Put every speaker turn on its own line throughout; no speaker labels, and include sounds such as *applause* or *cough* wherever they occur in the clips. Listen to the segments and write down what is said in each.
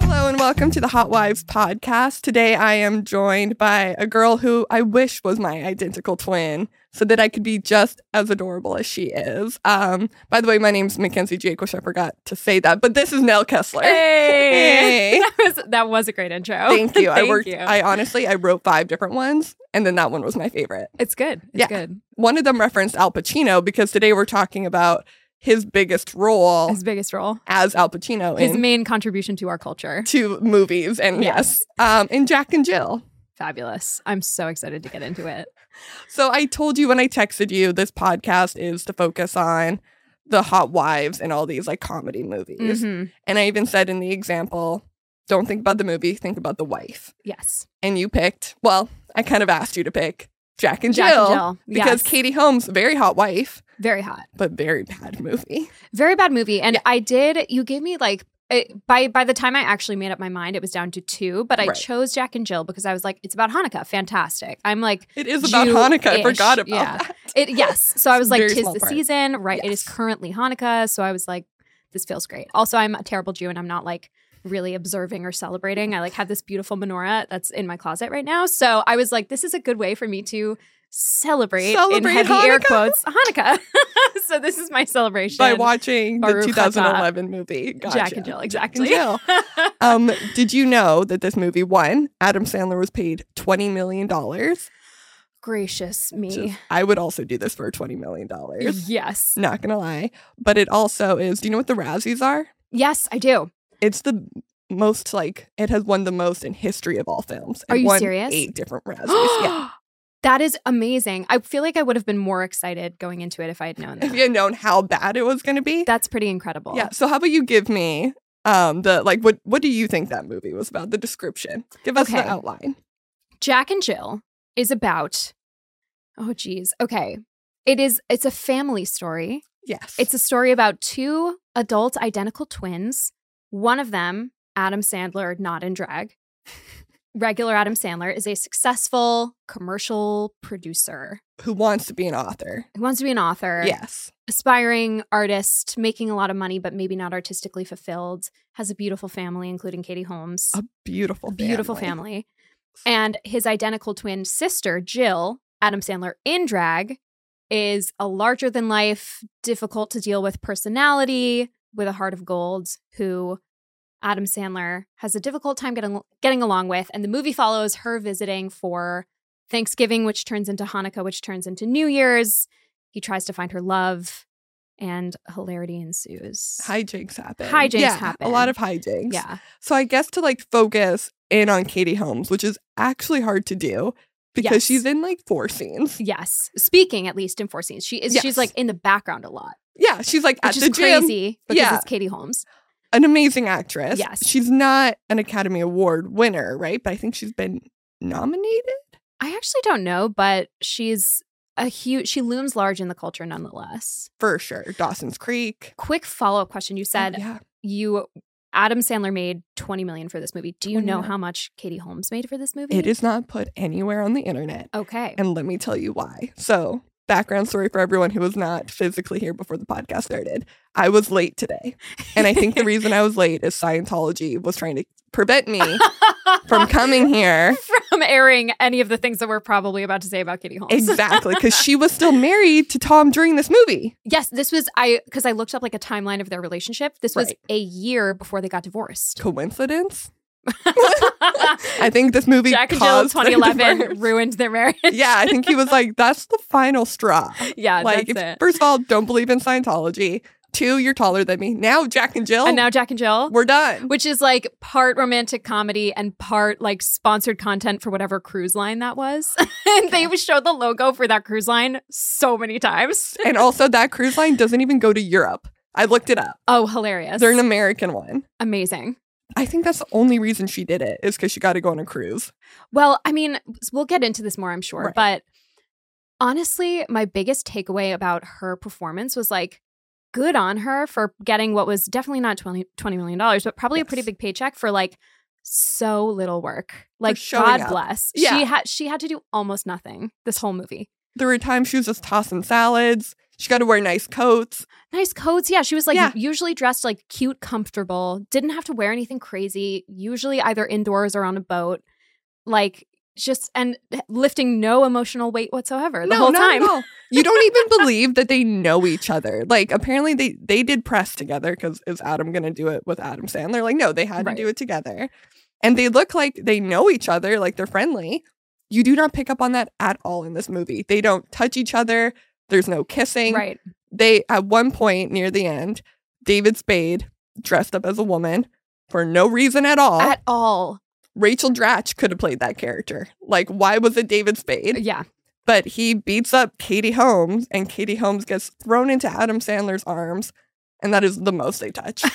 welcome to the Hot Wives podcast. Today I am joined by a girl who I wish was my identical twin so that I could be just as adorable as she is. Um, by the way, my name's Mackenzie Jake, which I forgot to say that, but this is Nell Kessler.
*laughs* Hey, that was that was a great intro.
Thank
*laughs*
you. I
Oh, Thank
worked
you.
I honestly I wrote five different ones and then that one was my favorite.
it's good. It's
Yeah.
good.
One of them referenced Al Pacino because today we're talking about his biggest role
His biggest role,
as Al Pacino
his
in
main contribution to our culture.
two movies and yes,
Yes.
um, and Jack and Jill.
Fabulous. I'm so excited to get into it.
So I told you when I texted you, this podcast is to focus on the hot wives and all these like comedy movies.
Mhm.
And I even said in the example, don't think about the movie, think about the wife.
Yes,
And you picked, well, I kind of asked you to pick Jack and Jill,
Jack and Jill.
because
Yes.
Katie Holmes, very hot wife,
very hot,
but very bad movie.
very bad movie. And
Yeah.
I did. You gave me like. It, by by the time I actually made up my mind, it was down to two. But I
Right.
chose Jack and Jill because I was like, it's about Hanukkah, fantastic. I'm like,
It is about
Jew-ish,
Hanukkah. I forgot about
yeah.
that.
It yes.
*laughs*
So I was like,
Very
tis
small
the
part.
season, right? It is
Yes.
currently Hanukkah. So I was like, this feels great. Also, I'm a terrible Jew and I'm not like really observing or celebrating. I like have this beautiful menorah that's in my closet right now. So I was like, this is a good way for me to celebrate,
Celebrate
in heavy air
Hanukkah.
quotes Hanukkah. *laughs* so this is my celebration.
By watching the
Baruch
2011 movie gotcha.
Jack and Jill, exactly.
Jill.
*laughs*
um, did you know that this movie won? Adam Sandler was paid twenty million dollars.
Gracious me.
I would also do this for twenty million dollars.
Yes.
Not gonna lie, but it also is. Do you know what the Razzies are?
Yes, I do.
It's the most like it has won the most in history of all films. It
Are you
won
serious?
Eight
*gasps*
different Razzies. yeah.
That is amazing. I feel like I would have been more excited going into it if I had known
If *laughs*
that.
you had known how bad it was gonna be,
That's pretty incredible.
yeah. So how about you give me? Um, the like, what what do you think that movie was about? The description. Give us
Okay.
the outline.
Jack and Jill is about Oh geez. Okay. It is it's a family story.
Yes,
It's a story about two adult identical twins. One of them, Adam Sandler, not in drag. *laughs* Regular Adam Sandler is a successful commercial producer
who wants to be an author.
who wants to be an author.
Yes.
aspiring artist, making a lot of money, but maybe not artistically fulfilled, has a beautiful family, including Katie Holmes,
A beautiful,
beautiful family. And his identical twin sister, Jill, Adam Sandler in drag, is a larger than life, difficult to deal with personality with a heart of gold who Adam Sandler has a difficult time getting getting along with and the movie follows her visiting for Thanksgiving which turns into Hanukkah which turns into New Year's. He tries to find her love and hilarity ensues.
Hijinks happen.
Hijinks
yeah,
happen.
A lot of hijinks.
Yeah.
So I guess to like focus in on Katie Holmes, which is actually hard to do because
Yes.
she's in like four scenes.
Yes. Speaking at least in four scenes. She is
Yes.
she's like in the background a lot.
Yeah, she's like
Which
at
is
the gym.
crazy because
Yeah.
it's Katie Holmes.
An amazing actress.
Yes.
She's not an Academy Award winner, right? But I think she's been nominated.
I actually don't know, but she's a huge she looms large in the culture nonetheless.
For sure. Dawson's Creek.
Quick follow-up question. You said
yeah.
you Adam Sandler made 20 million for this movie. Do you
20
know
million.
how much Katie Holmes made for this movie?
It is not put anywhere on the internet.
Okay. *laughs*
And let me tell you why. So, background story for everyone who was not physically here before the podcast started. I was late today. And I
*laughs*
think the reason I was late is Scientology was trying to prevent me from coming
*laughs*
here.
from airing any of the things that we're probably about to say about Katie Holmes.
Exactly. Because she was still married to Tom during this movie.
yes, this was I because I looked up like a timeline of their relationship. This was
Right.
a year before they
*laughs*
got divorced. *laughs*
Coincidence? I think this movie
Jack and Jill
caused their
2011
divorce.
*laughs* ruined their marriage.
*laughs*
*laughs*
Yeah, I think he was like, that's the final straw.
yeah,
like,
that's
if-
it.
first of all, don't believe in Scientology. Two, you're taller than me. Now, Jack and Jill,
And now Jack and Jill.
*laughs* we're
*laughs*
done.
which is like part romantic comedy and part like sponsored content for whatever cruise line that was. *laughs* and they showed the logo for that cruise line so many times. *laughs*
and also that cruise line doesn't even go to Europe. I looked it up.
Oh, hilarious.
They're an American one.
Amazing.
I think that's the only reason she did it is because she got to go on a cruise.
Well, I mean, we'll get into this more, I'm sure,
Right.
but honestly, my biggest takeaway about her performance was like good on her for getting what was definitely not 20, $20 million, but probably a pretty
Yes.
big paycheck for like so little work. Like
showing
God
up.
bless.
Yeah.
She had she had to do almost nothing this whole movie.
There were times she was just tossing salads. She got to wear nice coats.
Nice coats. Yeah, she was like
Yeah.
usually dressed like cute, comfortable, didn't have to wear anything crazy, usually either indoors or on a boat. Like just and lifting no emotional weight whatsoever the
no,
whole
not
time.
At all. You don't even believe that they know each other. Like apparently they they did press together because is Adam gonna do it with Adam Sandler? Like no, they had
Right.
to do it together, and they look like they know each other. Like they're friendly. You do not pick up on that at all in this movie. They don't touch each other. There's no kissing.
Right.
They at one point near the end, David Spade dressed up as a woman for no reason at all.
At all.
Rachel Dratch could have played that character. Like why was it David Spade?
Yeah.
but he beats up Katie Holmes, and Katie Holmes gets thrown into Adam Sandler's arms, and that is the most they
*laughs*
touch.
Oh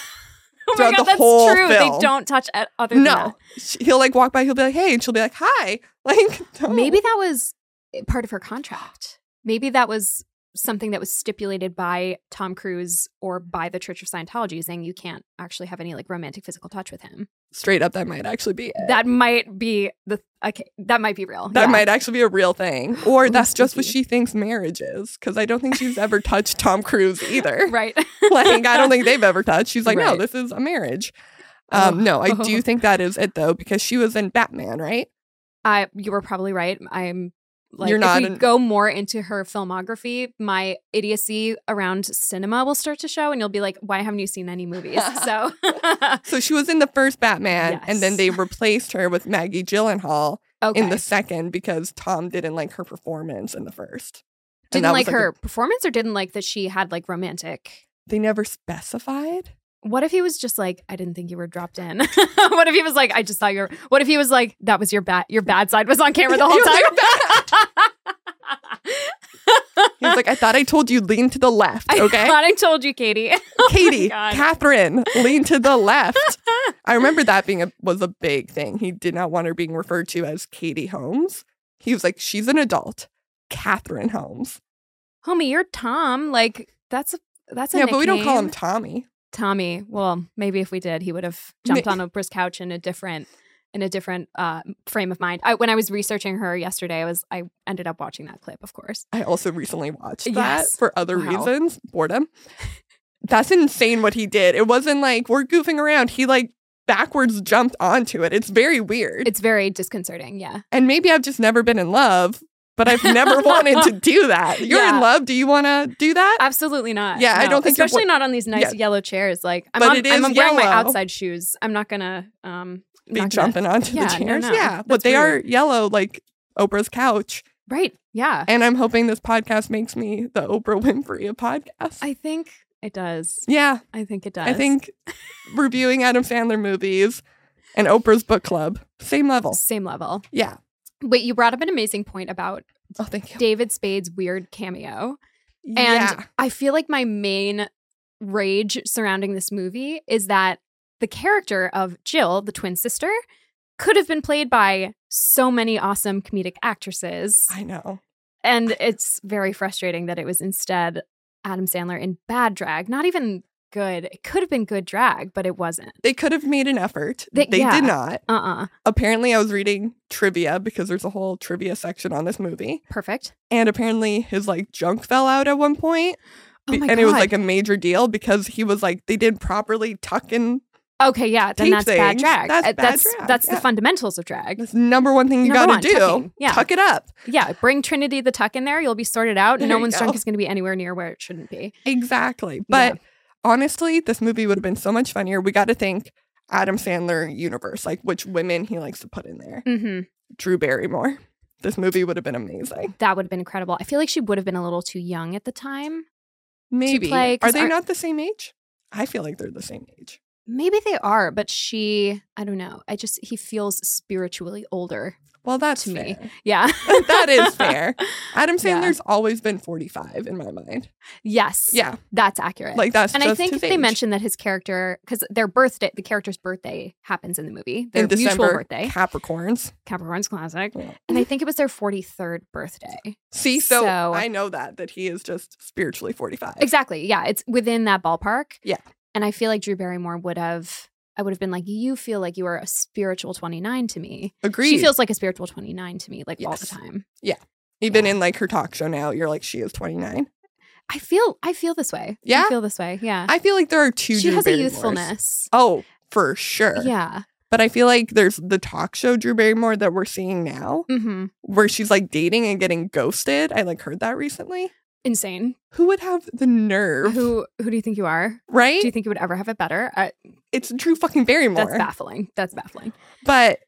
my
Throughout the
god, that's
whole
true. They
film.
don't touch at other than that.
no, She- he'll like walk by, he'll be like, "Hey," and she'll be like, "Hi." *laughs* Like don't-
Maybe that was eh, part of her contract. Maybe that was something that was stipulated by Tom Cruise or by the Church of Scientology saying you can't actually have any like romantic physical touch with him.
straight up, that might actually be it.
That might be the okay, that might be real.
That
Yeah.
might actually be a real thing, or
Ooh,
that's just what
spooky.
she thinks marriage is. Because I don't think she's
*laughs*
ever touched Tom Cruise either. *laughs*
*laughs* right.
like I don't think they've ever touched. She's like, "No,
Right.
this is a marriage."
Oh.
Um, No, I
*laughs*
do think that is it though, because she was in Batman, right?
I you were probably right. I'm like
You're not
if we
an-
go more into her filmography, my idiocy around cinema will start to show and you'll be like, why haven't you seen
*laughs*
any movies? So *laughs*
So she was in the first Batman, and then
Yes.
they replaced her with Maggie Gyllenhaal.
okay.
in the second because Tom didn't like her performance in the first. And that
didn't
was,
like
a-
her performance or didn't like that she had like romantic
they never specified.
What if he was just like, I didn't think you were dropped in? *laughs* what if he was like, I just saw your. What if he was like, that was your bad, your bad side was on
*laughs*
camera the whole
You're
time.
He was like, I thought I told you lean to the left,
*laughs* *laughs* I
okay?
thought I told you, Katie.
Katie,
God.
Catherine, lean to the
*laughs*
left. I remember that being a was a big thing. He did not want her being referred to as Katie Holmes. He was like, she's an adult, Catherine Holmes.
Homie, you're Tom. Like that's a that's a
yeah, but we don't call him
nickname.
Tommy.
Tommy. Well, maybe if we did, he would have jumped on Oprah's couch in a different in a different uh, frame of mind. I, when I was researching her yesterday, I was I ended up watching that clip, of course.
I also recently watched that
Yes.
for other
Wow.
reasons, boredom. That's insane what he did. It wasn't like we're goofing around. He like backwards jumped onto it. It's very weird.
It's very disconcerting. Yeah.
and maybe I've just never been in love, but I've
*laughs*
never wanted to do that. You're
Yeah.
in love. Do you want to do that?
Absolutely not.
Yeah, I
No,
don't think you're
especially
wa-
not on these nice
Yeah.
yellow chairs. Like I'm,
But
on,
it
I'm
is
wearing my
yellow.
outside shoes. I'm not gonna um
Be
not gonna-
jumping onto
Yeah, no,
the chairs.
no.
Yeah.
That's
But they
weird.
are yellow like Oprah's couch.
right. Yeah,
And I'm hoping this podcast makes me the Oprah Winfrey of podcasts.
I think it does.
yeah.
I think it does.
I think reviewing Adam Sandler movies and Oprah's book club, same level.
same level.
Yeah.
Wait, you brought up an amazing point about
Oh, thank you.
David Spade's weird cameo, and
yeah.
I feel like my main rage surrounding this movie is that the character of Jill, the twin sister, could have been played by so many awesome comedic actresses.
I know.
And it's very frustrating that it was instead Adam Sandler in bad drag, not even good. It could have been good drag, but it wasn't.
They could have made an effort.
They-
They,
yeah.
did not.
Uh uh
Apparently, I was reading trivia because there's a whole trivia section on this movie.
Perfect.
And apparently, his like junk fell out at one point.
Oh
Be-
my
and
God.
it was like a major deal because he was like, they didn't properly tuck in.
okay, yeah, then
tape
that's bad
things.
drag.
That's
Uh,
bad
that's
drag,
that's the
yeah.
fundamentals of drag.
That's number one thing you
Number
got to do.
one, tucking. Yeah.
Tuck it up.
Yeah, bring Trinity the tuck in there. You'll be sorted out. and
There
No
you
one's
go.
drunk is going to be anywhere near where it shouldn't be. mm-hmm,
Exactly. But honestly, this movie would have been so much funnier. We got to think Adam Sandler universe, like which women he likes to put in there.
hmm
Drew Barrymore. This movie would have been amazing.
that would have been incredible. I feel like she would have been a little too young at the time.
Maybe.
play- 'cause
are they
our-
not the same age? I feel like they're the same age.
Maybe they are, but she, I don't know. I just, he feels spiritually older.
Well, that's
To me.
me. *laughs*
Yeah. *laughs*
that is fair. Adam
Yeah.
Sandler's always been 45 in my mind.
Yes.
Yeah.
That's accurate.
Like that's
and
just
I think
his
they
age.
mentioned that his character, because their birthday, the character's birthday happens in the movie, their
in December,
mutual birthday,
Capricorns.
Capricorn's
*laughs*
Classic.
Yeah.
And I think it was their 43rd birthday.
See, so,
So-
I know that that he is just spiritually 45.
Exactly. Yeah. It's within that ballpark.
Yeah.
And I feel like Drew Barrymore would have, I would have been like, you feel like you are a spiritual 29 to me.
Agreed.
She feels like a spiritual 29 to me, like all the
Yes.
time.
Even in like her talk show now, you're like she is 29.
I feel I feel this way.
Yeah?
I feel this way. Yeah.
I feel like there are two.
she
Drew
has a
Barrymores.
youthfulness.
Oh, for sure.
Yeah.
But I feel like there's the talk show Drew Barrymore that we're seeing now,
hmm
where she's like dating and getting ghosted. I like heard that recently.
Insane.
Who would have the nerve?
Who who do you think you are?
right?
Do you think you would ever have it better? I,
it's Drew fucking Barrymore.
that's baffling. That's baffling.
But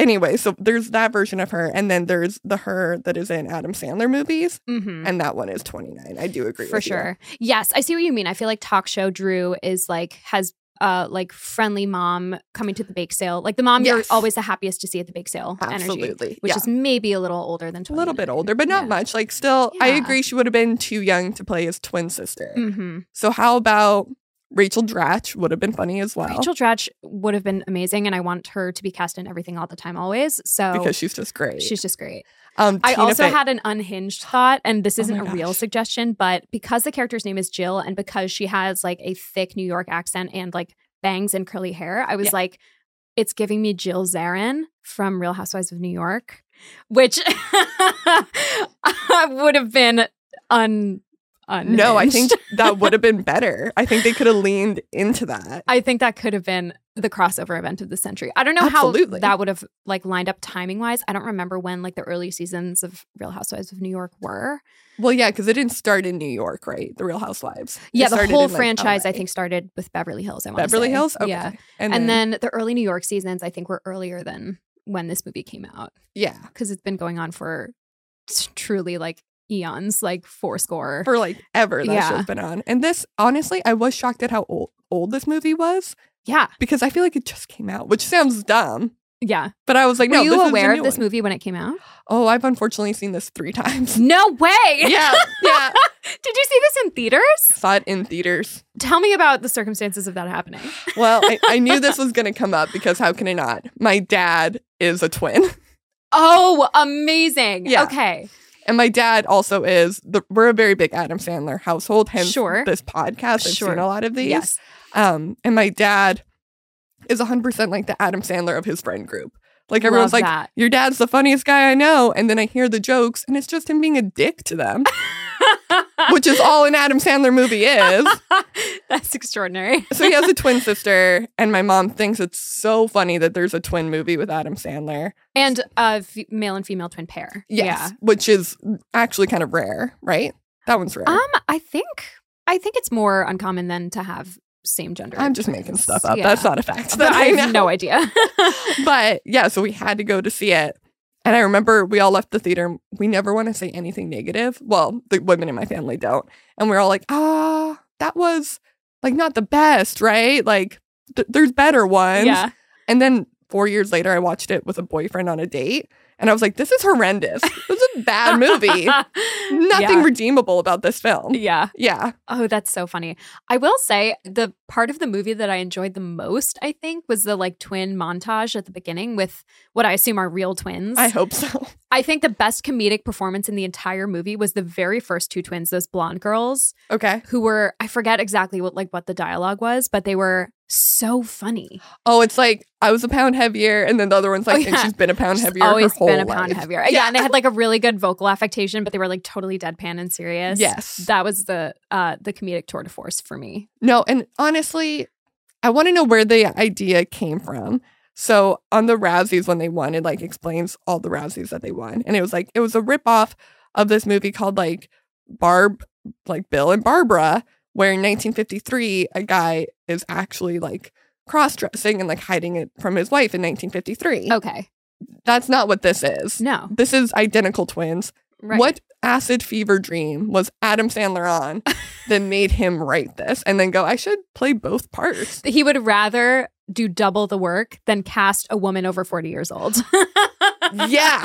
anyway, so there's that version of her, and then there's the her that is in Adam Sandler movies,
hmm
and that one is 29. I do agree
For
with you.
sure. Yes, I see what you mean. I feel like talk show Drew is like has uh like friendly mom coming to the bake sale. Like the mom you're
Yes.
always the happiest to see at the bake sale energy.
Absolutely,
Which
yeah.
is maybe a little older than
a little bit older, but not
Yeah.
much. Like, still, I
Yeah.
agree she would have been too young to play his twin sister.
hmm
So, how about Rachel Dratch would have been funny as well
Rachel Dratch would have been amazing, and I want her to be cast in everything all the time, always. So
because she's just great.
oh, she's just great.
um,
I
Tina
also
Fey-
had an unhinged thought, and this
Oh
isn't
my
a real
gosh.
suggestion, but because the character's name is Jill and because she has like a thick New York accent and like bangs and curly hair, I was
Yeah.
like, it's giving me Jill Zarin from Real Housewives of New York, which *laughs* would have been un.
*laughs*
Unhinged.
no, I think that would have
*laughs*
been better. I think they could have leaned into that.
I think that could have been the crossover event of the century. I don't know
Absolutely.
how that would have like lined up timing wise. I don't remember when like the early seasons of Real Housewives of New York were.
Well, yeah, because it didn't start in New York, right? The Real Housewives. It
Yeah, the
started
whole
in, like,
franchise I
LA.
think started with Beverly Hills. I want
Beverly Hills. Okay.
yeah. And, then, the early New York seasons I think were earlier than when this movie came out
yeah,
because it's been going on for t- truly like eons, like four score.
for like ever that
Yeah.
show's been on. And this, honestly, I was shocked at how old, old this movie was
yeah,
because I feel like it just came out, which sounds dumb.
yeah.
But I was like,
Were
no,
you
this
aware
is
of this movie when it came out?
Oh, I've unfortunately seen this three *laughs*
*laughs*
times.
No way.
yeah, yeah.
Did you see this in theaters?
Saw it in theaters.
Tell me about the circumstances of that happening.
Well, I, I knew this was going to come up because how can I not? My dad is a twin, *laughs*
Oh, amazing.
Yeah.
Okay.
and my dad also is. The, we're a very big Adam Sandler household. Hence,
Sure.
this podcast. I've
Sure.
seen a lot of these.
Yes.
Um, and my dad is 100% like the Adam Sandler of his friend group. Like everyone's
Love
like, *laughs*
that. *laughs*
your dad's the funniest guy I know. And then I hear the jokes and it's just him being a dick to
*laughs*
them, which is all an Adam Sandler movie is.
That's extraordinary.
So he has a twin sister, and my mom thinks it's so funny that there's a twin movie with Adam Sandler.
And a f- male and female twin pair.
Yes. Which is actually kind of rare, right? That one's rare.
Yeah. Um, I think I think it's more uncommon than to have same gender.
I'm just making
twins.
stuff up.
Yeah.
That's *laughs* not a fact.
But
That
I
I, know.
have no idea. *laughs*
but yeah, so we had to go to see it. And I remember we all left the theater. We never want to say anything negative. Well, the women in my family don't. And we're all like, ah, that was like not the best, right? Like th- there's better ones.
yeah.
And then four years later, I watched it with a boyfriend on a date. And I was like, this is horrendous. This is a bad *laughs*
*laughs*
movie. Nothing
Yeah.
redeemable about this film.
yeah.
Yeah.
Oh, that's so funny. I will say the part of the movie that I enjoyed the most, I think, was the like twin montage at the beginning with what I assume are real twins.
I hope so. *laughs*
I think the best comedic performance in the entire movie was the very first two twins, those blonde girls,
Okay.
who were I forget exactly what like what the dialogue was, but they were so funny.
Oh, it's like I was a pound heavier, and then the other one's like,
Oh,
and
yeah.
she's been a pound
She's
heavier. her
always
whole
been a pound
life.
heavier. Yeah. and they had like a really good vocal affectation, but they were like totally deadpan and serious.
Yes.
That was the uh the comedic tour de force for me.
No, and honestly, I want to know where the idea came from. So on the Razzies when they won, it like explains all the Razzies that they won, and it was like it was a ripoff of this movie called like Barb, like Bill and Barbara, where in 1953 a guy is actually like cross dressing and like hiding it from his wife in 1953.
Okay.
That's not what this is.
Oh. No.
This is identical twins.
Right.
What acid fever dream was Adam Sandler
*laughs*
on that made him write this and then go, I should play both parts?
he would rather do double the work than cast a woman over 40 years old. *laughs*
yeah.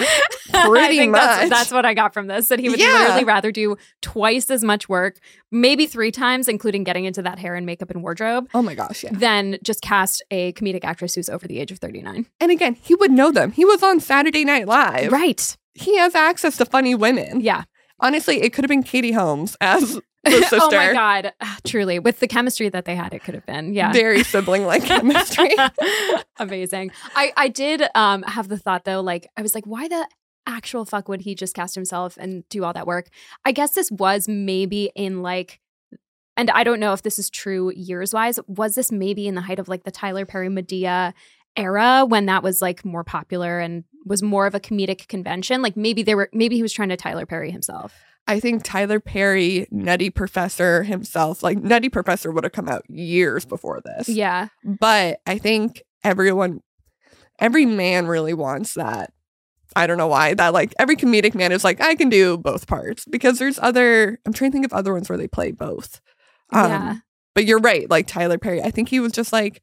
I
pretty
think
much.
That's, that's what I got from this that he would
Yeah.
literally rather do twice as much work, maybe three times, including getting into that hair and makeup and wardrobe,
Oh my gosh. Yeah.
than just cast a comedic actress who's over the age of 39.
And again, he would know them. He was on Saturday Night Live.
Right.
He has access to funny women.
Yeah.
Honestly, it could have been Katie Holmes
*laughs*
as the sister.
oh my God. *sighs* Truly. With the chemistry that they had, it could have been. Yeah.
Very sibling
*laughs*
like *laughs* chemistry.
Amazing. I I did um have the thought though, like I was like, why the actual fuck would he just cast himself and do all that work? I guess this was maybe in like, and I don't know if this is true years wise. Was this maybe in the height of like the Tyler Perry Medea era when that was like more popular and was more of a comedic convention? Like maybe they were, maybe he was trying to Tyler Perry himself.
I think Tyler Perry, Nutty Professor himself, like Nutty Professor would have come out years before this.
Yeah.
But I think everyone, every man really wants that. I don't know why that like every comedic man is like I can do both parts because there's other I'm trying to think of other ones where they play both. Um,
yeah.
But you're right, like Tyler Perry. I think he was just like,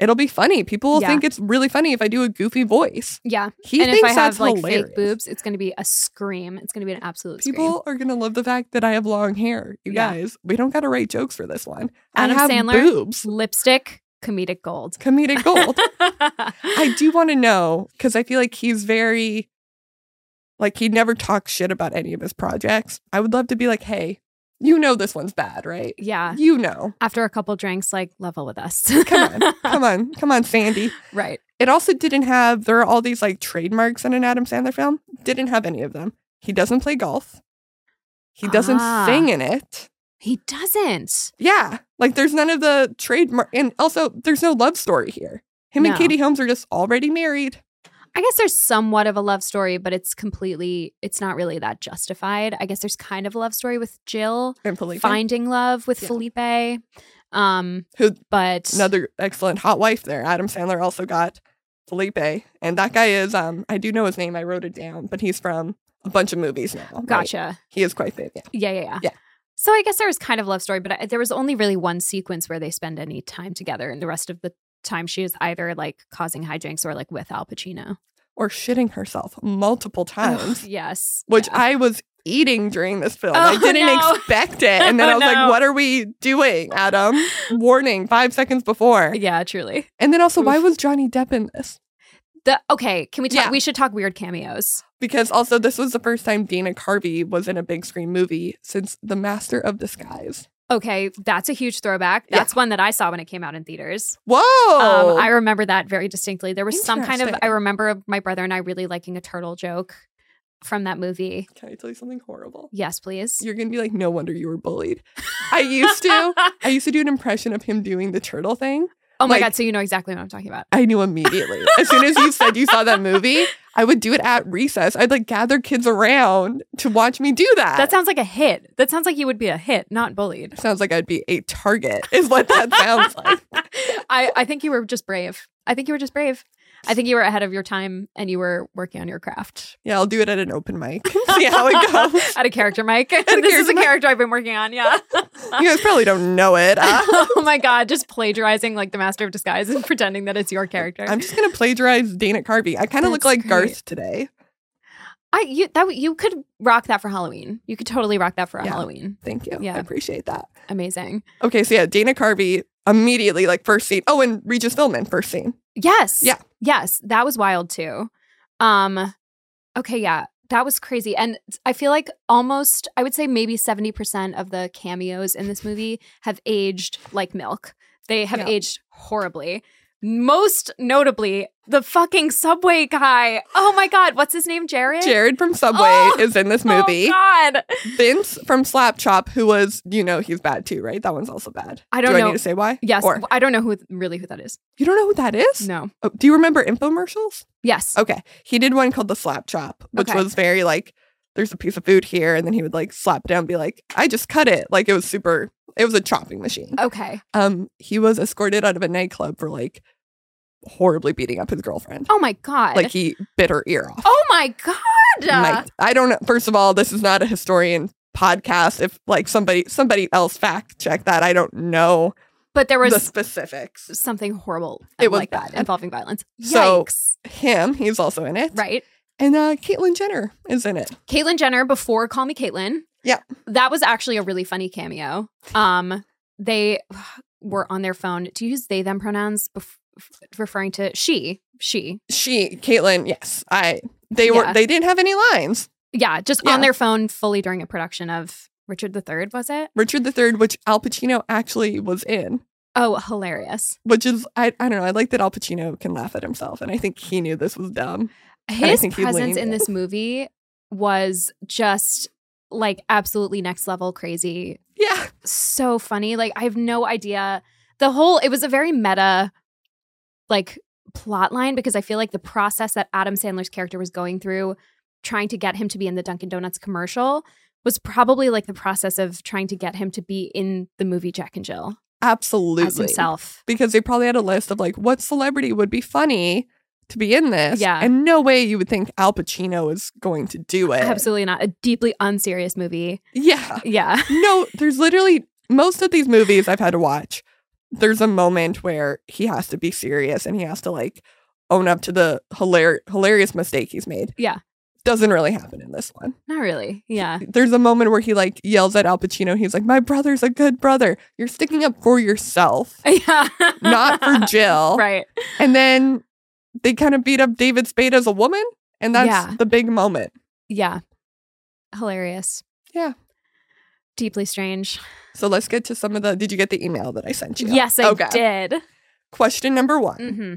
it'll be funny. People will
Yeah.
think it's really funny if I do a goofy voice.
Yeah.
He
and if
thinks
I have
that's
like
hilarious.
fake boobs, it's going to be a scream. It's going to be an absolute scream.
People are gonna love the fact that I have long hair. You
Yeah.
guys, we don't gotta write jokes for this one.
Adam
I have
Sandler.
boobs,
Lipstick, comedic gold.
comedic *laughs*
*laughs*
gold. I
I
do want to know because I feel like he's very, like he never talks shit about any of his projects. I would love to be like, hey, you know this one's bad, right?
Yeah.
You know,
After a couple drinks, like level with us. *laughs*
come on, come on, come on, Sandy.
right.
It also didn't have. There are all these like trademarks in an Adam Sandler film. Didn't have any of them. He doesn't play golf. He doesn't
Ah.
sing in it.
He doesn't.
Yeah. Like there's none of the trademark. And also, there's no love story here. Him
No.
and Katie Holmes are just already married.
I guess there's somewhat of a love story, but it's completely, it's not really that justified. I guess there's kind of a love story with Jill
And Felipe,
finding love with
Yeah.
Felipe. Um,
Who-
but
another excellent hot wife there. Adam Sandler also got Felipe. And that guy is, um, I do know his name. I wrote it down, but he's from a bunch of movies now. right?
gotcha.
He is quite big. Yeah.
Yeah, yeah, yeah.
Yeah.
So I guess there was kind of a love story, but I, there was only really one sequence where they spend any time together, and the rest of the time she is either like causing hijinks or like with Al Pacino.
Or shitting herself multiple
Ugh,
times,
*laughs* yes,
Oh. which
yeah.
I was eating during this film.
Oh,
I didn't
no.
expect
*laughs*
it. And then I
Oh,
was
no.
like, what are we doing, Adam? Warning five seconds before.
yeah, truly.
And then also, why
Oof.
was Johnny Depp in this?
The okay, can we talk?
Yeah.
We should talk weird cameos.
because also this was the first time Dana Carvey was in a big screen movie since The Master of Disguise.
Okay, that's a huge throwback.
Yeah.
That's one that I saw when it came out in theaters.
Whoa!
Um, I remember that very distinctly. There was some kind of I
Interesting.
remember my brother and I really liking a turtle joke from that movie.
Can I tell you something horrible?
Yes, please.
You're gonna be like, no wonder you were bullied. I used
*laughs*
to, I used to do an impression of him doing the turtle thing.
oh my
like-
god! So you know exactly what I'm talking about.
I knew immediately as soon as you said you saw that movie. I would do it at recess. I'd like gather kids around to watch me do that.
That sounds like a hit. That sounds like you would be a hit,
*laughs*
not bullied.
sounds like I'd be a target. Is what that sounds
*laughs*
like.
I, I think you were just brave. I think you were just brave. I think you were ahead of your time and you were working on your craft.
Yeah, I'll do it at an open mic. *laughs* See how it
*laughs*
goes.
At a character, Mike. *laughs* this
a
is a
character mic.
character I've been working on.
*laughs*
Yeah.
You guys probably don't know it. Uh,
oh my God. Just plagiarizing like the master of disguise and *laughs* pretending that it's your character.
I'm just gonna plagiarize Dana Carvey. I kind of look
That's
like
great.
Garth today.
I, you, that, w- you could rock that for Halloween. You could totally rock that for a
Yeah.
Halloween.
Thank you.
Yeah.
I appreciate that.
Amazing.
Okay, so yeah, Dana Carvey immediately like first scene. Oh, and Regis Philbin first scene.
Yes.
Yeah.
Yes. That was wild too. Um okay, yeah. That was crazy. And I feel like almost I would say maybe 70% of the cameos in this movie have aged like milk. They have
Yeah.
aged horribly. Most notably, the fucking subway guy. Oh my god, what's his name? Jared?
Jared from Subway
Eh. Oh!
is in this movie.
Oh god.
Vince from Slap Chop, who was you know he's bad too, right? That one's also bad.
I don't
Do I
know.
need to say why?
Yes.
Or
I don't know who really who that is.
you don't know who that is?
No.
Oh, do you remember infomercials?
Yes.
Okay, he did one called the Slap Chop, which
Okay.
was very like there's a piece of food here, and then he would like slap down, and be like, I just cut it. Like it was super. It was a chopping machine.
Okay.
um he was escorted out of a nightclub for like horribly beating up his girlfriend
Oh my god.
like he bit her ear off
oh my god.
Might- i don't know first of all this is not a historian podcast if like somebody somebody else fact check that i don't know
But there was
the specifics
something horrible
It was
like that
bad.
involving violence.
So-
Yikes.
him he's also in it
right.
and uh caitlyn jenner is in it
Caitlyn Jenner before Call Me Caitlyn.
Yeah.
That was actually a really funny cameo. Um they *sighs* were on their phone. Do you use they them pronouns bef- referring to she? She.
she caitlyn yes i they
Yeah.
were they didn't have any lines
Yeah, just
Yeah.
on their phone fully during a production of Richard III, was it?
richard iii which al pacino actually was in
Oh, hilarious.
which is I, I don't know i like that al pacino can laugh at himself and i think he knew this was dumb I
His
think he
presence
leaned
in this movie was just like absolutely next level crazy.
Yeah.
So funny. Like I have no idea. The whole it was a very meta like plot line because I feel like the process that Adam Sandler's character was going through trying to get him to be in the Dunkin' Donuts commercial was probably like the process of trying to get him to be in the movie Jack and Jill
Absolutely.
as himself.
Because they probably had a list of like what celebrity would be funny to be in this.
Yeah.
And no way you would think Al Pacino is going to do it.
Absolutely not. A deeply unserious movie.
Yeah.
Yeah. *laughs*
No, there's literally most of these movies I've had to watch. There's a moment where he has to be serious and he has to like own up to the hilar- hilarious mistake he's made.
Yeah.
Doesn't really happen in this one.
Not really.
*laughs*
Yeah.
There's a moment where he like yells at Al Pacino. He's like, My brother's a good brother. You're sticking up for yourself,
Yeah.
not
*laughs*
for Jill.
Right.
And then they kind of beat up David Spade as a woman. And that's
Yeah.
the big moment.
Yeah. Hilarious.
Yeah.
Deeply strange.
So let's get to some of the. Did you get the email that I sent you?
Yes, I did.
Question number one.
hmm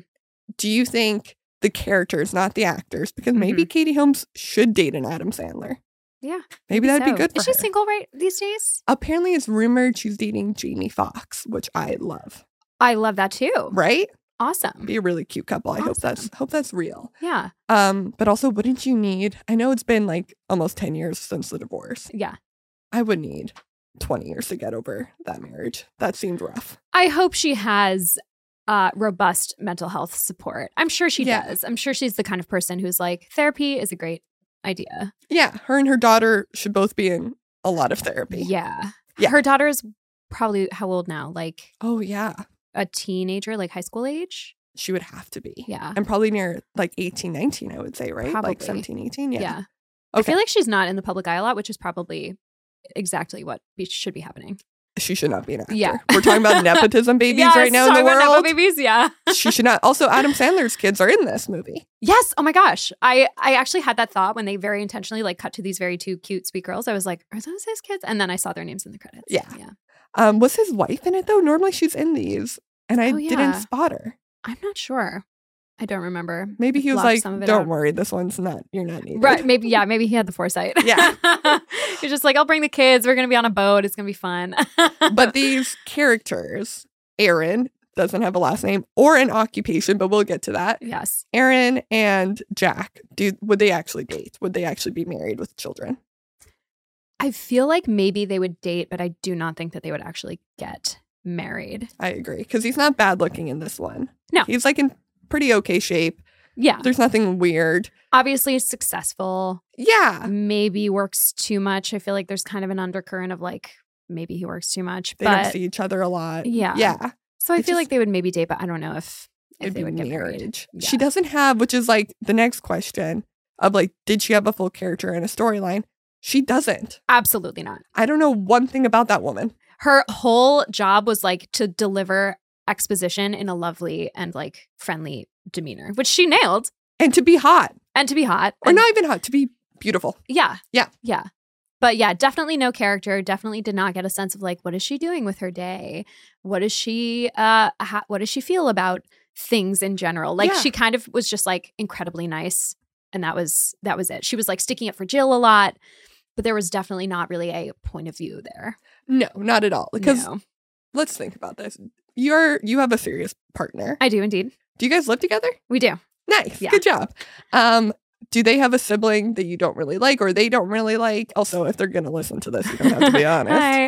do you think the characters, not the actors, because maybe Katie Holmes should date an Adam Sandler?
Mm-hmm. Yeah,
Maybe, that'd be good for
Is she
her.
single right these days?
Apparently, it's rumored she's dating Jamie Foxx, which I love.
I love that too.
Right?
Awesome.
Be a really cute couple. I hope that's hope that's real.
Yeah.
Um, but also, wouldn't you need? I know it's been like almost ten years since the divorce.
Yeah.
I would need twenty years to get over that marriage. That seemed rough.
I hope she has uh robust mental health support. I'm sure she
Yeah.
does. I'm sure she's the kind of person who's like therapy is a great idea.
Yeah, her and her daughter should both be in a lot of therapy.
Yeah.
Yeah.
Her daughter is probably how old now? Like
Oh yeah,
a teenager, like high school age?
she would have to be.
Yeah.
I'm probably near like 18, 19, I would say, right? Like
Probably.
17, 18. Yeah.
Yeah. I
Okay.
feel like she's not in the public eye a lot, which is probably exactly what be- should be happening.
she should not be an actor.
Yeah.
We're talking
*laughs*
about nepotism babies
Yes,
right now in
sorry,
the
we're not
world.
babies, yeah.
she should not. Also, Adam Sandler's kids are in this movie.
Yes. Oh my gosh. I I actually had that thought when they very intentionally like cut to these very two cute sweet girls. I was like, are those his kids? And then I saw their names in the credits.
Yeah.
Yeah.
Um, was his wife in it though? Normally she's in these. And I
Oh,
didn't
yeah.
spot her.
I'm not sure. I don't remember.
Maybe he was
Blocked
like,
some of it
Don't
out."
worry, this one's not you're not needed.
Right. Maybe. Yeah. Maybe he had the foresight.
Yeah.
*laughs* He's just like, I'll bring the kids. We're gonna be on a boat. It's gonna be fun.
But these characters, Aaron doesn't have a last name or an occupation, but we'll get to that.
*laughs* yes.
Aaron and Jack, do would they actually date? Would they actually be married with children?
I feel like maybe they would date, but I do not think that they would actually get married.
I agree because he's not bad looking in this one.
No.
he's like in pretty okay shape.
Yeah.
There's nothing weird.
Obviously successful.
Yeah,
Maybe works too much. I feel like there's kind of an undercurrent of like maybe he works too much.
they don't
but
see each other a lot.
yeah.
yeah,
So I
It
feel
just-
like they would maybe date, but I don't know if, if
it'd
they
be
would get married.
marriage. She
Yeah.
doesn't have, which is like the next question of like, did she have a full character and a storyline? She doesn't.
Absolutely not.
I don't know one thing about that woman.
Her whole job was like to deliver exposition in a lovely and like friendly demeanor, which she nailed.
And to be hot,
And to be hot.
or
and-
not even hot, to be beautiful.
Yeah.
Yeah.
Yeah. But yeah, definitely no character. Definitely did not get a sense of like what is she doing with her day? What is she uh ha- what does she feel about things in general? Like
Yeah.
she kind of was just like incredibly nice and that was that was it. She was like sticking up for Jill a lot, but there was definitely not really a point of view there.
No, not at all. Because
No.
let's think about this. You're you have a serious partner.
I do indeed.
Do you guys live together?
We do.
Nice.
Yeah.
Good job. Um, do they have a sibling that you don't really like or they don't really like? Also, if they're going to listen to this, you don't have to be
*laughs*
honest.
Hi.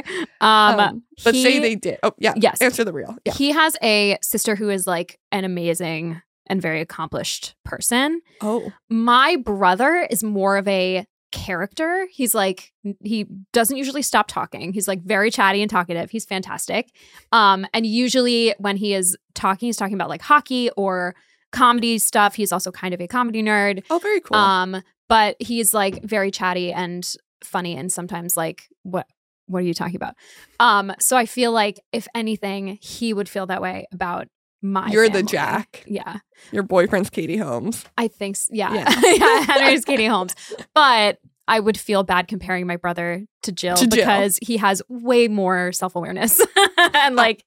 Um,
Um, but say
he-
they did. Oh, yeah.
Yes.
Answer the real. Yeah.
He has a sister who is like an amazing and very accomplished person.
Oh,
my brother is more of a character. He's like he doesn't usually stop talking. He's like very chatty and talkative. He's fantastic. Um and usually when he is talking he's talking about like hockey or comedy stuff. He's also kind of a comedy nerd.
oh, very cool.
Um but he's like very chatty and funny and sometimes like what what are you talking about? Um so I feel like if anything he would feel that way about my
You're the
family.
Jack.
Yeah.
Your boyfriend's Katie Holmes.
I think, s *laughs* yeah.
Yeah.
yeah. Henry's Katie Holmes. But I would feel bad comparing my brother to Jill
To Jill.
because he has way more self awareness *laughs*
Uh.
and like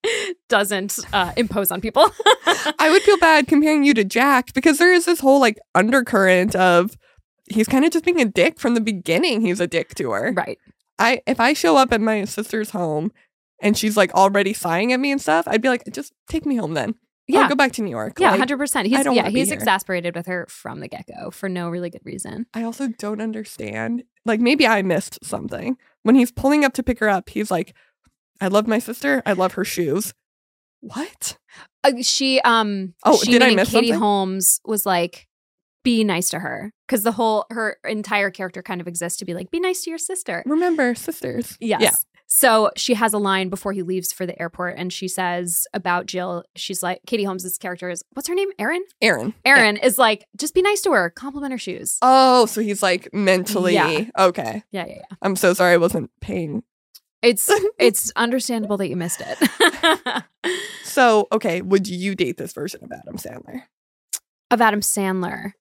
doesn't uh, impose
*laughs*
on people.
I would feel bad comparing you to Jack because there is this whole like undercurrent of he's kind of just being a dick from the beginning. He's a dick to her.
right.
I if I show up at my sister's home and she's like already sighing at me and stuff, I'd be like, just take me home then. Yeah,
Yeah.
I'll go back to New York.
Yeah,
Like,
hundred percent. He's
don't
yeah,
wanna be
he's
here.
exasperated with her from the get go for no really good reason.
I also don't understand. Like maybe I missed something. When he's pulling up to pick her up, he's like, I love my sister. I love her shoes. What?
Uh, she um
Oh,
she,
did I
meaning
miss
Katie
something?
Holmes was like be nice to her because the whole her entire character kind of exists to be like be nice to your sister.
Remember, sisters.
Yes. So she has a line before he leaves for the airport and she says about Jill, she's like Katie Holmes's character is what's her name? Erin?
Yeah. Aaron.
Erin is like just be nice to her, compliment her shoes.
Oh, so he's like mentally
Yeah.
okay.
Yeah, yeah, yeah.
I'm so sorry I wasn't paying. *laughs*
It's it's understandable that you missed it. *laughs*
So, okay, would you date this version of Adam Sandler?
of Adam Sandler.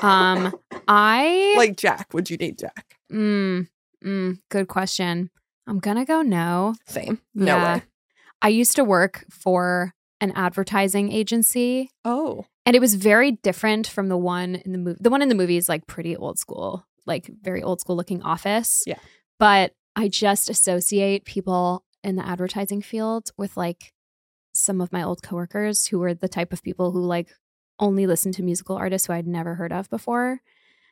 Um, I
Like Jack, would you date Jack?
Mm, mm, good question. I'm gonna go no.
Same. No
Yeah.
way.
I used to work for an advertising agency,
Oh.
and it was very different from the one in the movie. The one in the movie is like pretty old school, like very old school looking office.
Yeah.
But I just associate people in the advertising field with like some of my old coworkers who were the type of people who like only listened to musical artists who I'd never heard of before.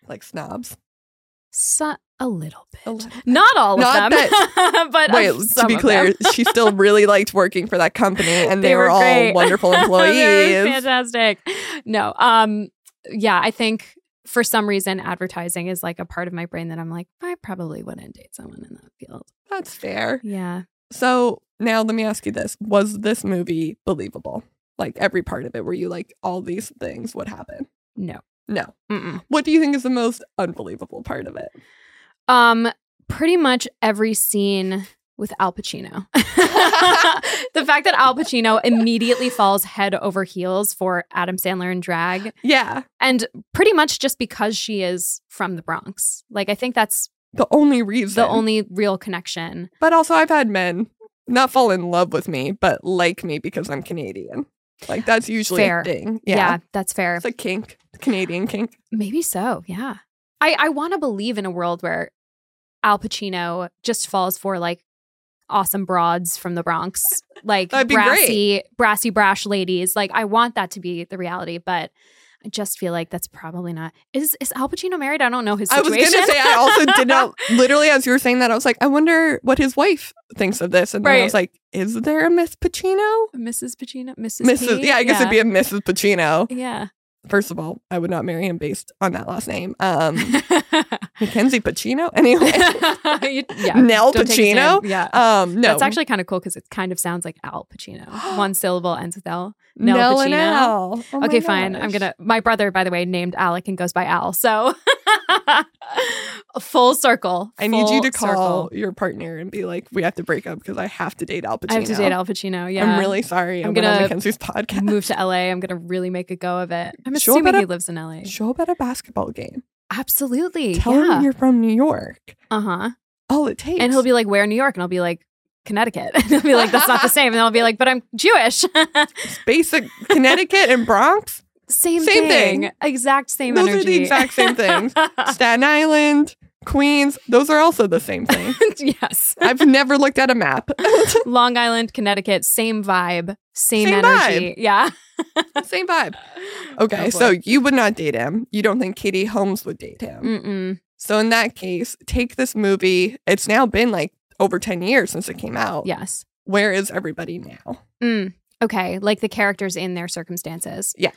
Like snobs.
So, a little bit.
A little bit.
Not all
Not
of them. *laughs* but
Wait,
of
to
some
be
of
clear,
them.
she
*laughs*
still really liked working for that company and they,
They
were,
were
all
great. *laughs*
wonderful
They were
employees.
fantastic. No. Um yeah, I think for some reason advertising is like a part of my brain that I'm like, I probably wouldn't date someone in that field.
That's fair.
Yeah.
So, now let me ask you this Was this movie believable? Like every part of it, were you like, all these things would happen?
No.
No.
Mm-mm.
What do you think is the most unbelievable part of it?
Um pretty much every scene with Al Pacino. *laughs* the fact that Al Pacino immediately falls head over heels for Adam Sandler and drag
Yeah.
and pretty much just because she is from the Bronx. Like I think that's
The only reason.
the only real connection.
But also, I've had men not fall in love with me, but like me because I'm Canadian. Like that's usually
Fair.
a thing.
Yeah,
Yeah.
that's fair.
It's a kink, Canadian kink.
Maybe so. Yeah. I I want to believe in a world where Al Pacino just falls for like awesome broads from
*laughs*
the Bronx, like
That'd be
brassy brassy brash ladies. Like I want that to be the reality, but I just feel like that's probably not. Is is Al Pacino married? I don't know his
I was
situation.
gonna say I also did
*laughs*
not. Literally, as you were saying that, I was like, I wonder what his wife thinks of this. And then I
Right.
was like, Is there a Miss Pacino?
Mrs. Pacino, Mrs.
Mrs.
P?
Yeah, I guess it'd be a Mrs. Pacino.
yeah.
First of all, I would not marry him based on that last name.
*laughs*
Um,
yeah.
Mackenzie Pacino. Anyway,
You- yeah.
Nell
Don't take his name.
Pacino.
Yeah.
Um, no,
That's actually kind of cool because it kind of sounds like Al
*gasps*
Pacino. One syllable ends with L. Nell
Nell, and
Pacino.
Al. Oh my
okay, fine. I'm
gosh.
gonna. My brother, by the way, named Alec and goes by Al. So *laughs* full circle.
I need you
Full
to call
circle.
your partner and be like, we have to break up because I have to date Al Pacino.
I have to date Al Pacino. Yeah,
I'm really sorry.
I'm
I'm going to
gonna-
Mackenzie's podcast.
*laughs* move to LA. I'm gonna really make a go of it. I'm
Show
assuming
about
he
a-
lives in LA.
Show up at a basketball game.
Absolutely.
Tell him
yeah.
you're from New York.
Uh huh.
All it takes.
And he'll be like, "Where in New York?" And I'll be like. Connecticut. *laughs* And he'll be like, that's not the same. And I'll be like, but I'm Jewish. *laughs*
It's basic Connecticut and Bronx,
same,
Same
thing.
thing.
Exact same
Those are the
energy.
exact same
*laughs*
things. Staten Island, Queens. Those are also the same thing.
*laughs* yes.
I've never looked at a map. *laughs*
Long Island, Connecticut, same vibe, same,
Same
energy. Yeah.
same vibe. Okay,
Oh, boy.
so you would not date him. You don't think Katie Holmes would date him.
Mm. Mm-mm.
So in that case, take this movie. It's now been like over 10 years since it came out.
Yes.
Where is everybody now?
Mm. Okay. Like the characters in their circumstances.
Yeah.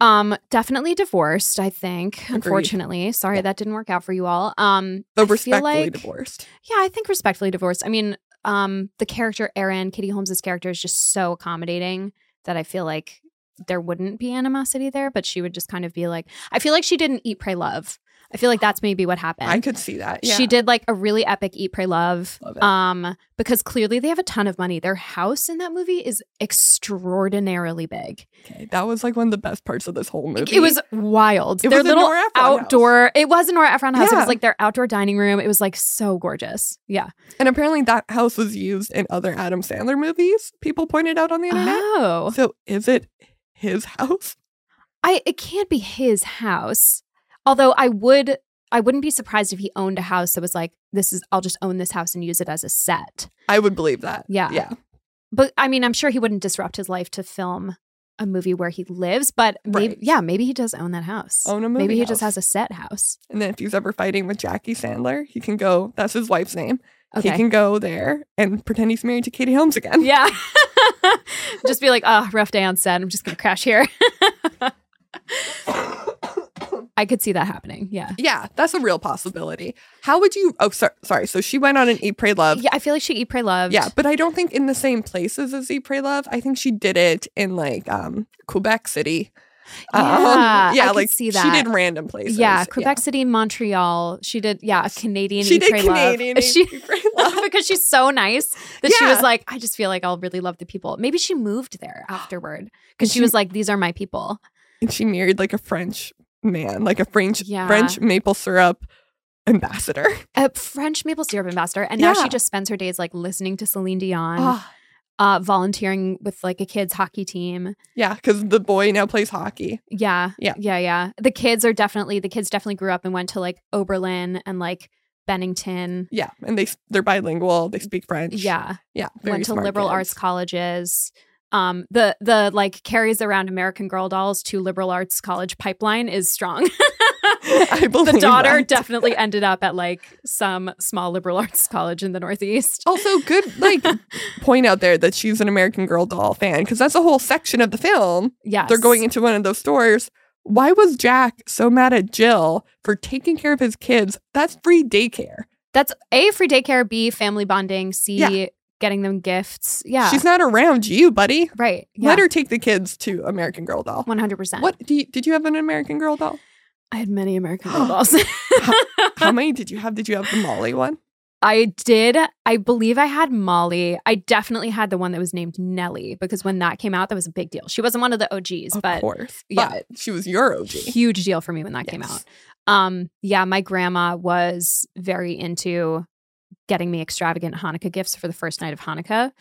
Um, definitely divorced, I think.
Agreed.
Unfortunately. Sorry
Yeah.
that didn't work out for you all. Um
Though
I feel
respectfully
like-
divorced.
Yeah, I think respectfully divorced. I mean, um, the character Erin, Kitty Holmes's character is just so accommodating that I feel like there wouldn't be animosity there, but she would just kind of be like, I feel like she didn't eat, pray, love. I I
*sighs*
feel like that's maybe what happened.
I could see that. Yeah.
She did like a really epic Eat, Pray, Love.
Love it.
um, because clearly they have a ton of money. Their house in that movie is extraordinarily big.
Okay, that was like one of the best parts of this whole movie.
It was wild.
It
their
was a
little
Nora Ephron house.
outdoor. It was a Nora Ephron house. It
Yeah.
was like their outdoor dining room. It was like so gorgeous. Yeah.
and apparently that house was used in other Adam Sandler movies. People pointed out on the internet.
Oh,
So is it his house?
I. It can't be his house. Although I would, I wouldn't be surprised if he owned a house that was like, this is. I'll just own this house and use it as a set.
I would believe that.
Yeah.
Yeah.
But I mean, I'm sure he wouldn't disrupt his life to film a movie where he lives. But maybe,
Right.
yeah, maybe he does own that house.
Own a movie.
maybe he
house.
just has a set house.
And then if he's ever fighting with Jackie Sandler, he can go. That's his wife's name.
Okay. *laughs*
He can go there and pretend he's married to Katie Holmes again.
Yeah. *laughs* just be like, oh, rough day on set. I'm just going to crash here. *laughs* I could see that happening. Yeah.
Yeah, that's a real possibility. How would you? Oh, so, sorry. So she went on an Eat, Pray, Love.
Yeah. I feel like she eat, pray, loved.
Yeah, but I don't think in the same places as Eat, Pray, Love. I think she did it in like um Quebec City. Um,
Yeah, I
yeah,
could
like
see
she
that.
did random places.
Yeah. Quebec City, Montreal. She did, yeah, a Canadian
She
eat,
did
pray,
Canadian
love. *laughs* She,
Eat, Pray, Love.
because she's so nice that she
Yeah.
was like, I just feel like I'll really love the people. Maybe she moved there afterward because she was like, these are my people.
*laughs* And she married like a French man, like a French
Yeah.
French maple syrup
*laughs*
ambassador.
A French maple syrup ambassador. And now
Yeah.
she just spends her days like listening to Celine Dion,
Ah,
uh, volunteering with like a kids' hockey team.
yeah, because the boy now plays hockey.
Yeah.
Yeah.
Yeah. Yeah. The kids are definitely, the kids definitely grew up and went to like Oberlin and like Bennington.
Yeah, and they they're bilingual. They speak French.
Yeah.
yeah. very
went to
smart
liberal
kids.
arts colleges. Um, the, the like carries around American Girl dolls to liberal arts college pipeline is
*laughs*
strong.
*laughs*
*laughs*
I believe
the daughter
that.
definitely ended up at like some small liberal arts college in the Northeast.
Also, good
*laughs*
like point out there that she's an American Girl doll fan because that's a whole section of the film.
Yes.
They're going into one of those stores. Why was Jack so mad at Jill for taking care of his kids? That's free daycare.
That's A, free daycare, B, family bonding, C,
Yeah.
getting them gifts. Yeah.
She's not around you, buddy.
right. Yeah.
Let her take the kids to American Girl doll.
100%.
What do you, did you have an American Girl
*laughs*
doll?
I had many
*gasps*
American Girl dolls. *laughs*
How many did you have? Did you have the Molly one?
I did. I believe I had Molly. I definitely had the one that was named Nellie because when that came out, that was a big deal. She wasn't one of the OGs,
Of
but
course.
yeah.
But she was your OG.
huge deal for me when that came
Yes.
out. Um, yeah, my grandma was very into getting me extravagant Hanukkah gifts for the first night of Hanukkah.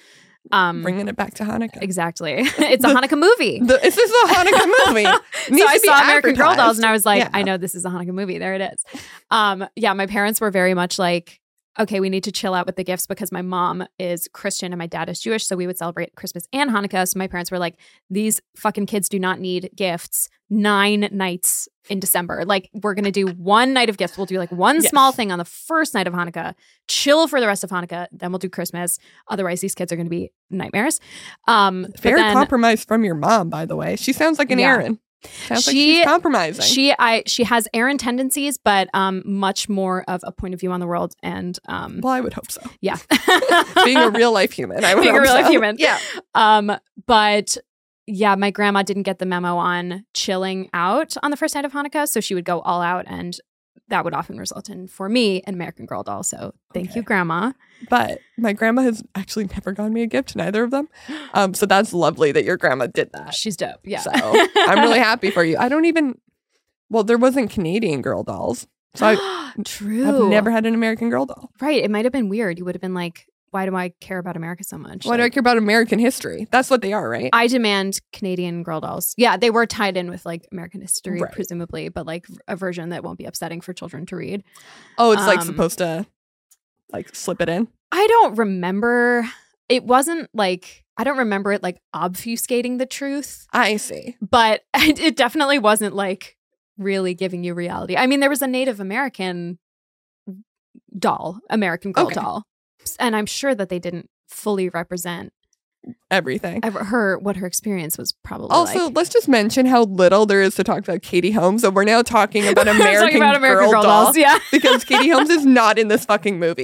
Um,
Bringing it back to Hanukkah.
exactly.
*laughs*
it's a Hanukkah movie.
The, this is a
*laughs*
Hanukkah movie.
so
Needs
I
to be
saw American Girl dolls,
advertised.
and I was like,
Yeah.
I know this is a Hanukkah movie. There it is. Um, yeah, my parents were very much like, okay, we need to chill out with the gifts because my mom is Christian and my dad is Jewish, so we would celebrate Christmas and Hanukkah. So my parents were like, these fucking kids do not need gifts. Nine nights in December, like we're gonna do one night of gifts. We'll do like one
Yes.
small thing on the first night of Hanukkah. Chill for the rest of Hanukkah. Then we'll do Christmas. Otherwise, these kids are gonna be nightmares. Um, but
Fair
then-
compromise from your mom, by the way. She sounds like an
Yeah.
Aaron. Sounds
She-
like she's compromising.
She I she has Aaron tendencies, but um much more of a point of view on the world and um
well, I would hope so.
yeah.
*laughs* Being
*laughs*
a real life human, I would
Being a
hope
real
so.
life human.
Yeah,
um but yeah, my grandma didn't get the memo on chilling out on the first night of Hanukkah, so she would go all out and that would often result in for me an American Girl doll. So thank
Okay.
you, grandma.
*laughs* but my grandma has actually never gotten me a gift. Neither of them. Um, so that's lovely that your grandma did that.
She's dope. Yeah.
Uh, So I'm
*laughs*
really happy for you. I don't even. Well, there wasn't Canadian Girl dolls, so I,
*gasps* True.
I've never had an American Girl doll.
right. It might have been weird. You would have been like, why do I care about America so much?
Why do I
Like,
care about American history? That's what they are, right?
I demand Canadian girl dolls. Yeah, they were tied in with like American history,
Right.
presumably, but like a version that won't be upsetting for children to read.
oh, it's like
um,
supposed to, like slip it in.
I don't remember. It wasn't like, I don't remember it like obfuscating the truth,
I see.
but *laughs* it definitely wasn't like really giving you reality. I mean, there was a Native American doll, American girl
Okay.
doll. And I'm sure that they didn't fully represent
Everything.
ever- her what her experience was probably
Also,
like.
let's just mention how little there is to talk about Katie Holmes, and we're now
*laughs*
talking about
*laughs* I'm
American,
talking about American
Girl, doll
dolls. Yeah.
*laughs* because Katie
*laughs*
Holmes is not in this fucking movie.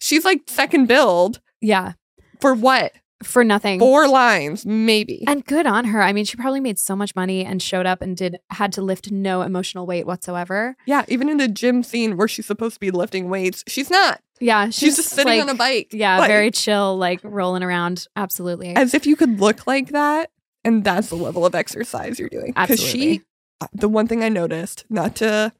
She's like second build
Yeah.
for what?
for nothing.
Four lines, maybe.
and good on her. I mean, she probably made so much money and showed up and did had to lift no emotional weight whatsoever.
yeah, even in the gym scene where she's supposed to be lifting weights, she's not.
Yeah, she's,
She's, just sitting on a
like-
bike.
Yeah,
Like,
very chill, like rolling around. Absolutely.
as if you could look like that and that's the level of exercise you're doing because she
Absolutely.
the one thing i noticed not to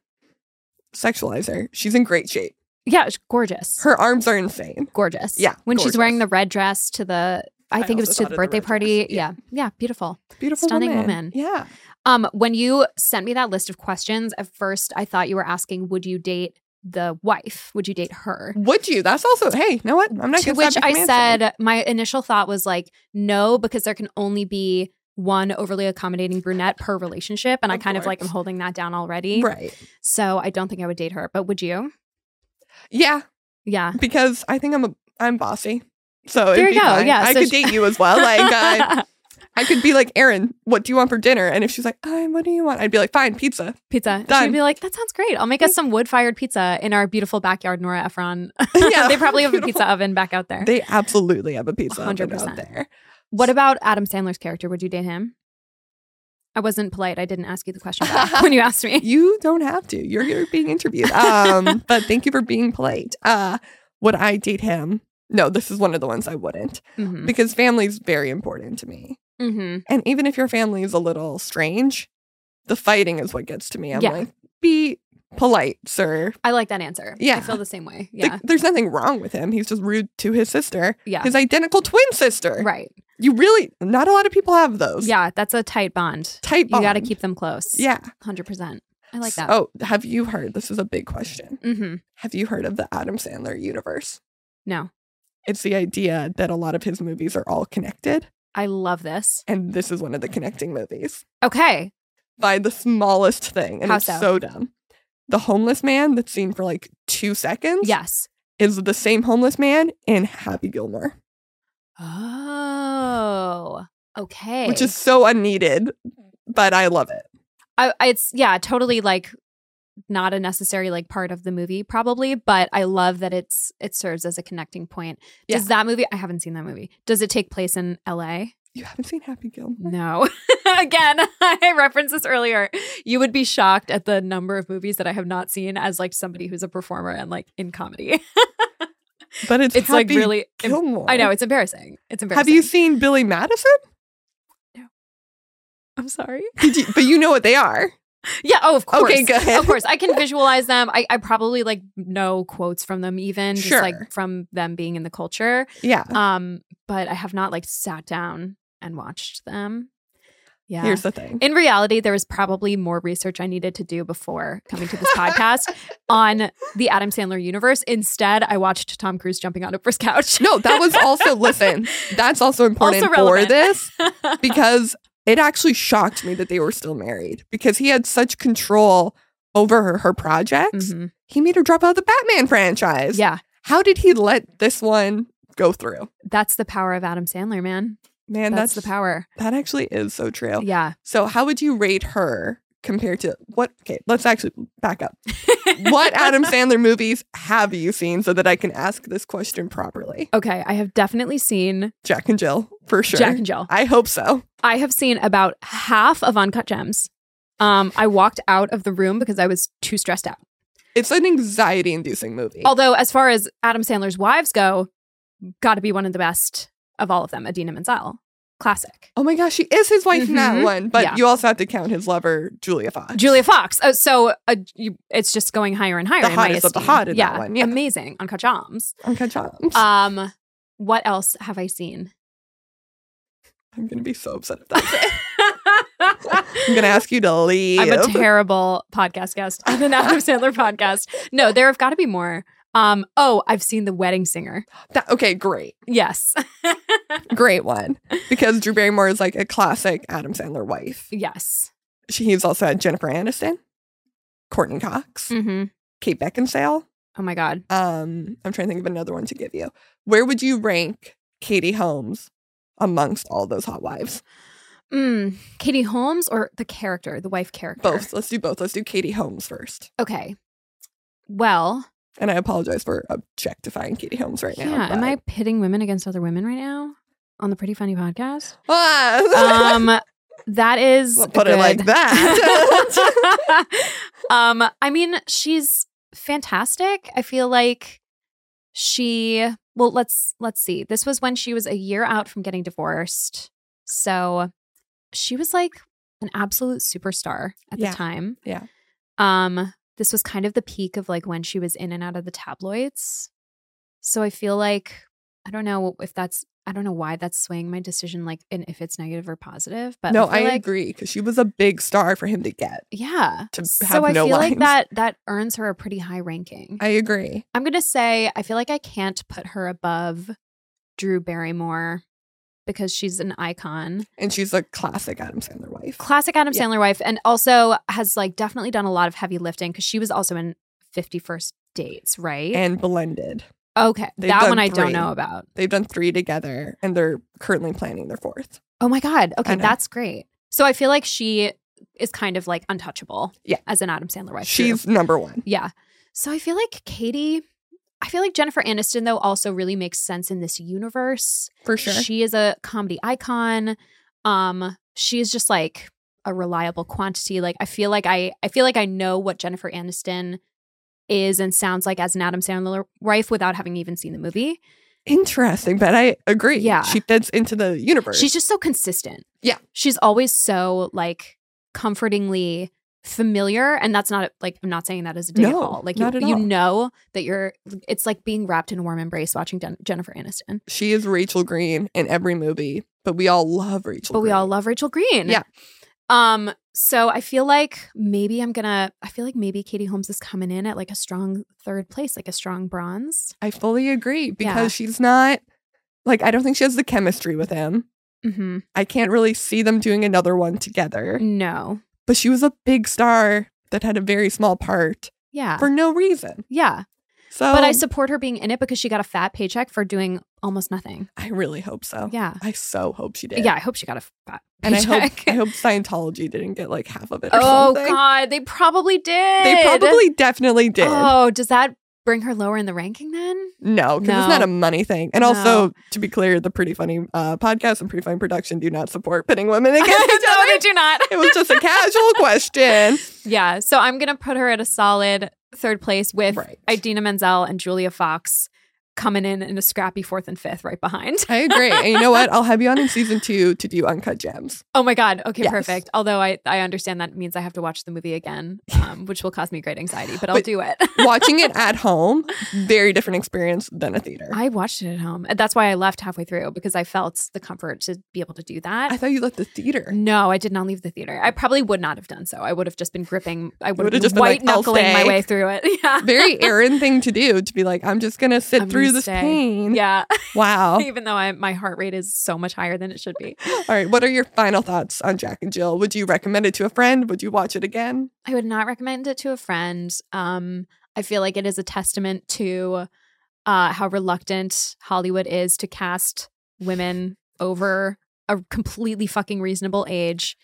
sexualize her she's in great shape
yeah, she's gorgeous.
her arms are insane
gorgeous.
Yeah,
When
gorgeous.
she's wearing the red dress to the I
I
think it was
also
to
thought
the
of the
birthday
red
party.
dress.
Yeah.
Yeah.
yeah. beautiful.
beautiful
Stunning woman.
woman. yeah
Um when you sent me that list of questions, at first I thought you were asking would you date the wife? Would you date her?
would you that's also hey you know what i'm not
to
gonna stop you
which
from
I
answering.
said my initial thought was like no because there can only be one overly accommodating brunette per relationship and I
Of
kind of like am
course.
holding that down already.
right
So I don't think I would date her, but would you?
yeah
Yeah.
because i think i'm a i'm bossy so
There
it'd
you
be
go.
fine.
Yeah,
i
so
could
she-
date you as well like I, I could be like Erin, what do you want for dinner and if she's like i what do you want i'd be like fine pizza
*laughs*
*laughs*
pizza.
Done.
She'd be like, "That sounds great. I'll make us some wood-fired pizza in our beautiful backyard, Nora
*laughs*
Ephron. *laughs* they probably have a
Oh, Beautiful.
pizza oven back out there.
They absolutely
*laughs*
have a pizza oven
100%.
out there.
what about Adam Sandler's character? Would you date him? I wasn't polite. I didn't ask you the
*laughs*
question back when you asked me.
You don't have to. You're here being interviewed.
*laughs*
Um, but thank you for being polite. Uh, would I date him? No, this is one of the ones I wouldn't
Mm-hmm.
because family's very important to me.
Mm-hmm.
And even if your family is a little strange, the fighting is what gets to me. I'm
Yeah.
like, be polite, sir.
I like that answer. I
Yeah.
feel the same way. Yeah.
Like, there's nothing wrong with him. He's just rude to his sister,
yeah.
his identical twin sister.
Right.
You really, not a lot of people have those.
Yeah. That's a tight bond.
Type
You got to keep them close.
Yeah.
100%. I like that.
Oh, have you heard? This is a big question.
Mm-hmm.
Have you heard of the Adam Sandler universe?
No.
It's the idea that a lot of his movies are all connected,
I love this.
and this is one of the connecting movies
Okay.
by the smallest thing, and
How
it's
so?
so? dumb. The homeless man that's seen for like two seconds
Yes.
is the same homeless man in Happy Gilmore,
Oh. Okay.
which is so unneeded, but I love it.
I, I- it's yeah, totally like not a necessary like part of the movie probably, but I love that it's it serves as a connecting point. Does that movie? I haven't seen that movie. Does it take place in L.A.?
You haven't seen Happy Gilmore?
*laughs* No. Again, *laughs* I referenced this earlier. You would be shocked at the number of movies that I have not seen as like somebody who's a performer and like in comedy. *laughs*
But it's,
It's like
Happy
really. em-
Gilmore.
I know it's embarrassing. It's embarrassing.
Have you seen Billy Madison?
I'm sorry. *laughs*
Did you, but you know what they are.
Yeah. Oh, of course.
Okay, good.
Of course, I can visualize them. I, I probably like know quotes from them, even just
Sure. Uh-huh.
like from them being in the culture.
Yeah.
Um, but I have not like sat down and watched them. Yeah.
Here's the thing.
in reality, there was probably more research I needed to do before coming to this
*laughs*
podcast on the Adam Sandler universe. Instead, I watched Tom Cruise jumping on Oprah's couch. *laughs*
No, that was also listen. That's also important
Also
for
relevant. *laughs*
this because it actually shocked me that they were still married because he had such control over her, her projects.
Mhm.
He made her drop out of the Batman franchise.
Yeah,
How did he let this one go through?
that's the power of Adam Sandler, man.
Man,
that's,
that's, oh.
the power.
that actually is so true.
Yeah.
So how would you rate her compared to what okay, let's actually back up. What
*laughs*
Adam Sandler movies have you seen so that I can ask this question properly?
Okay, I have definitely seen
Jack and Jill, for sure.
Jack and Jill.
I hope so.
I have seen about half of Uncut Gems. Um, I walked out of the room because I was too stressed out.
It's an anxiety inducing movie.
Although, as far as Adam Sandler's wives go, got to be one of the best of all of them, Adina Menzel. Classic.
oh my gosh, she is his wife in
Mhm.
that one. But
Yeah.
you also have to count his lover, Mm-hmm. Julia Fox.
Julia Fox. Oh, so uh, you, it's just going higher and higher.
The
in my
hottest of the
esteem.
hot in
yeah,
that one, yeah.
amazing. Uncut Gems.
Uncut Gems.
Um, what else have
*laughs*
I seen?
I'm going to be so upset if that's it. *laughs* I'm going to ask you to leave.
I'm a terrible podcast guest on an
*laughs*
Adam Sandler podcast. No, there have got to be more. Um, oh, I've seen The Wedding Singer.
That- okay, great.
Yes. *laughs*
Great one. *laughs* Because Drew Barrymore is like a classic Adam Sandler wife.
yes.
She, he's also had Jennifer Aniston, Courtney Cox,
Mm-hmm.
Kate Beckinsale.
Oh my God.
Um, I'm trying to think of another one to give you. Where would you rank Katie Holmes amongst all those hot wives?
Mm. Katie Holmes or the character, the wife character?
Both. Let's do both. Let's do Katie Holmes first.
Okay. Well,
And I apologize for objectifying Katie Holmes right now.
yeah. Am
but
I pitting women against other women right now? on the Pretty Funny podcast.
*laughs*
*laughs*
Ah.
Um, that is
Well, put it like *laughs*
good.
that.
um, I mean, she's fantastic. I feel like she well, let's let's see. This was when she was a year out from getting divorced. So she was like an absolute superstar at
Yeah.
the time.
Yeah.
Um, this was kind of the peak of like when she was in and out of the tabloids. So I feel like I don't know if that's I don't know why that's swaying my decision, like and if it's negative or positive. *laughs* But
no,
I,
I
feel like,
agree because she was a big star for him to get.
Yeah.
to have
so I
no
feel
lines.
like that that earns her a pretty high ranking. I,
I agree.
am gonna say I feel like I can't put her above Drew Barrymore because she's an icon,
And she's a classic Adam Sandler wife.
classic Adam
Yeah.
Sandler wife, and also has like definitely done a lot of heavy lifting because she was also in Fifty First Dates, right?
and blended.
okay,
they've
that
done
one I do don't
three.
know about.
They've done three together and they're currently planning their fourth.
Oh my god, okay,
know.
that's great. So I feel like she is kind of like untouchable,
Yeah.
as an Adam Sandler wife. Drew.
she's number one.
Yeah. So I feel like Katie, I feel like Jennifer Aniston, though, also really makes sense in this universe.
For sure.
She is a comedy icon. Um, she is just like a reliable quantity. Like I feel like I I feel like I know what Jennifer Aniston is and sounds like as an Adam Sandler wife without having even seen the movie.
Interesting, but I agree.
Yeah.
She fits into the universe.
She's just so consistent.
Yeah.
She's always so like comfortingly familiar. And that's not like I'm not saying that as a dig at
No,
all. Like
not
you,
at
you
all.
know that you're it's like being wrapped in a warm embrace watching Den- Jennifer Aniston.
she is Rachel Green in every movie, but we all love Rachel
But we
Green.
all love Rachel Green.
Yeah.
Um, so I feel like maybe I'm gonna I feel like maybe Katie Holmes is coming in at like a strong third place, like a strong bronze.
I fully agree because she's not like I don't think she has the chemistry with him.
Mm-hmm.
I can't really see them doing another one together.
Mm. No.
But she was a big star that had a very small part
Yeah.
for Oh. no reason.
yeah.
So
But I support her being in it because she got a fat paycheck for doing almost nothing.
I really hope so.
Yeah.
I so hope she
Yeah, *laughs*
did.
I hope she got a fat
And *laughs* I
paycheck.
hope, I hope Scientology didn't get like half of it or
*laughs* oh
something.
God, they probably did.
They probably definitely did.
Oh, does that bring her lower in the
*laughs*
ranking then? *laughs*
No, because it's
No.
not a money thing. And
No.
also, to be clear, the Pretty Funny uh, podcast and Pretty Funny production do not support pitting women against
*laughs*
each
no, they
other.
do not.
It was just a casual question.
Yeah, so I'm gonna put her at a solid third place with
Right.
Idina Menzel and Julia Fox coming in in a scrappy fourth and fifth right behind. *laughs*
I agree. And you know what? I'll have you on in season two to do Uncut Gems.
Oh my God. Okay,
Yes.
perfect. Although I, I understand that means I have to watch the
*laughs*
movie again, um, which will cause me great anxiety, but I'll
But-
do it.
Watching it at home, very different experience than a theater. I,
*laughs* I watched it at home. And That's why I left halfway through because I felt the comfort to be able to do that.
thought you left the theater.
No, I did not leave the theater. I probably would not have done so. I would have just been gripping. I would
would've
have
just
just
been like,
white
"I'll
knuckling my
stay."
way through it. *laughs* Yeah.
Very Aaron thing to do to be like, I'm just going to sit
I'm
through
gonna
this
stay.
pain. *laughs*
Yeah. *laughs*
Wow. All
Even though I, my heart rate is so much higher than it should be.
right. What are your final thoughts on Jack and Jill? Would you recommend it to a friend? Would you watch it again?
I would not recommend it to a friend. Um, I feel like it is a testament to uh, how reluctant Hollywood is to cast women over a completely fucking reasonable age.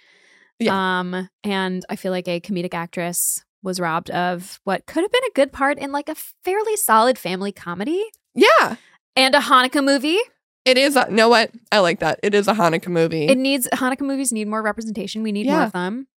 Yeah.
Um, and I feel like a comedic actress was robbed of what could have been a good part in like a fairly solid family comedy
Yeah.
and a Hanukkah movie.
It is. A, know what? I like that. It is a Hanukkah movie.
It needs Hanukkah movies need more representation. We need more
Yeah.
of them.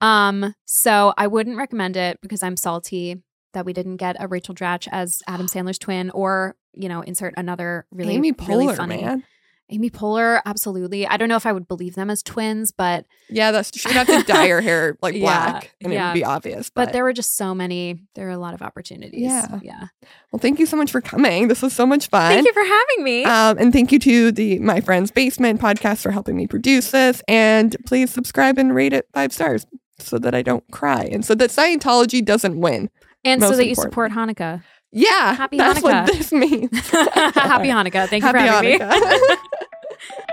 Um, so I wouldn't recommend it because I'm salty that we didn't get a Rachel Dratch as
*gasps*
Adam Sandler's twin, or you know, insert another really
Amy Poehler,
really funny
man.
Amy Poehler. Absolutely, I don't know if I would believe them as twins, but
Yeah, that's she would have to
*laughs*
dye her hair like
Yeah,
black, and it
yeah.
would be obvious.
but,
But,
there were just so many. There were a lot of opportunities.
Yeah.
yeah.
well, thank you so much for coming. This was so much fun.
Thank you for having me.
Um, and thank you to the My Friends Basement podcast for helping me produce this. And please subscribe and rate it five stars so that I don't cry and so that Scientology doesn't win.
and so
most
that you support Hanukkah.
*laughs*
*laughs*
Yeah,
Happy
that's
Hanukkah.
what this means.
Happy Hanukkah. *laughs* Thank you for
Happy
having me.
Hanukkah.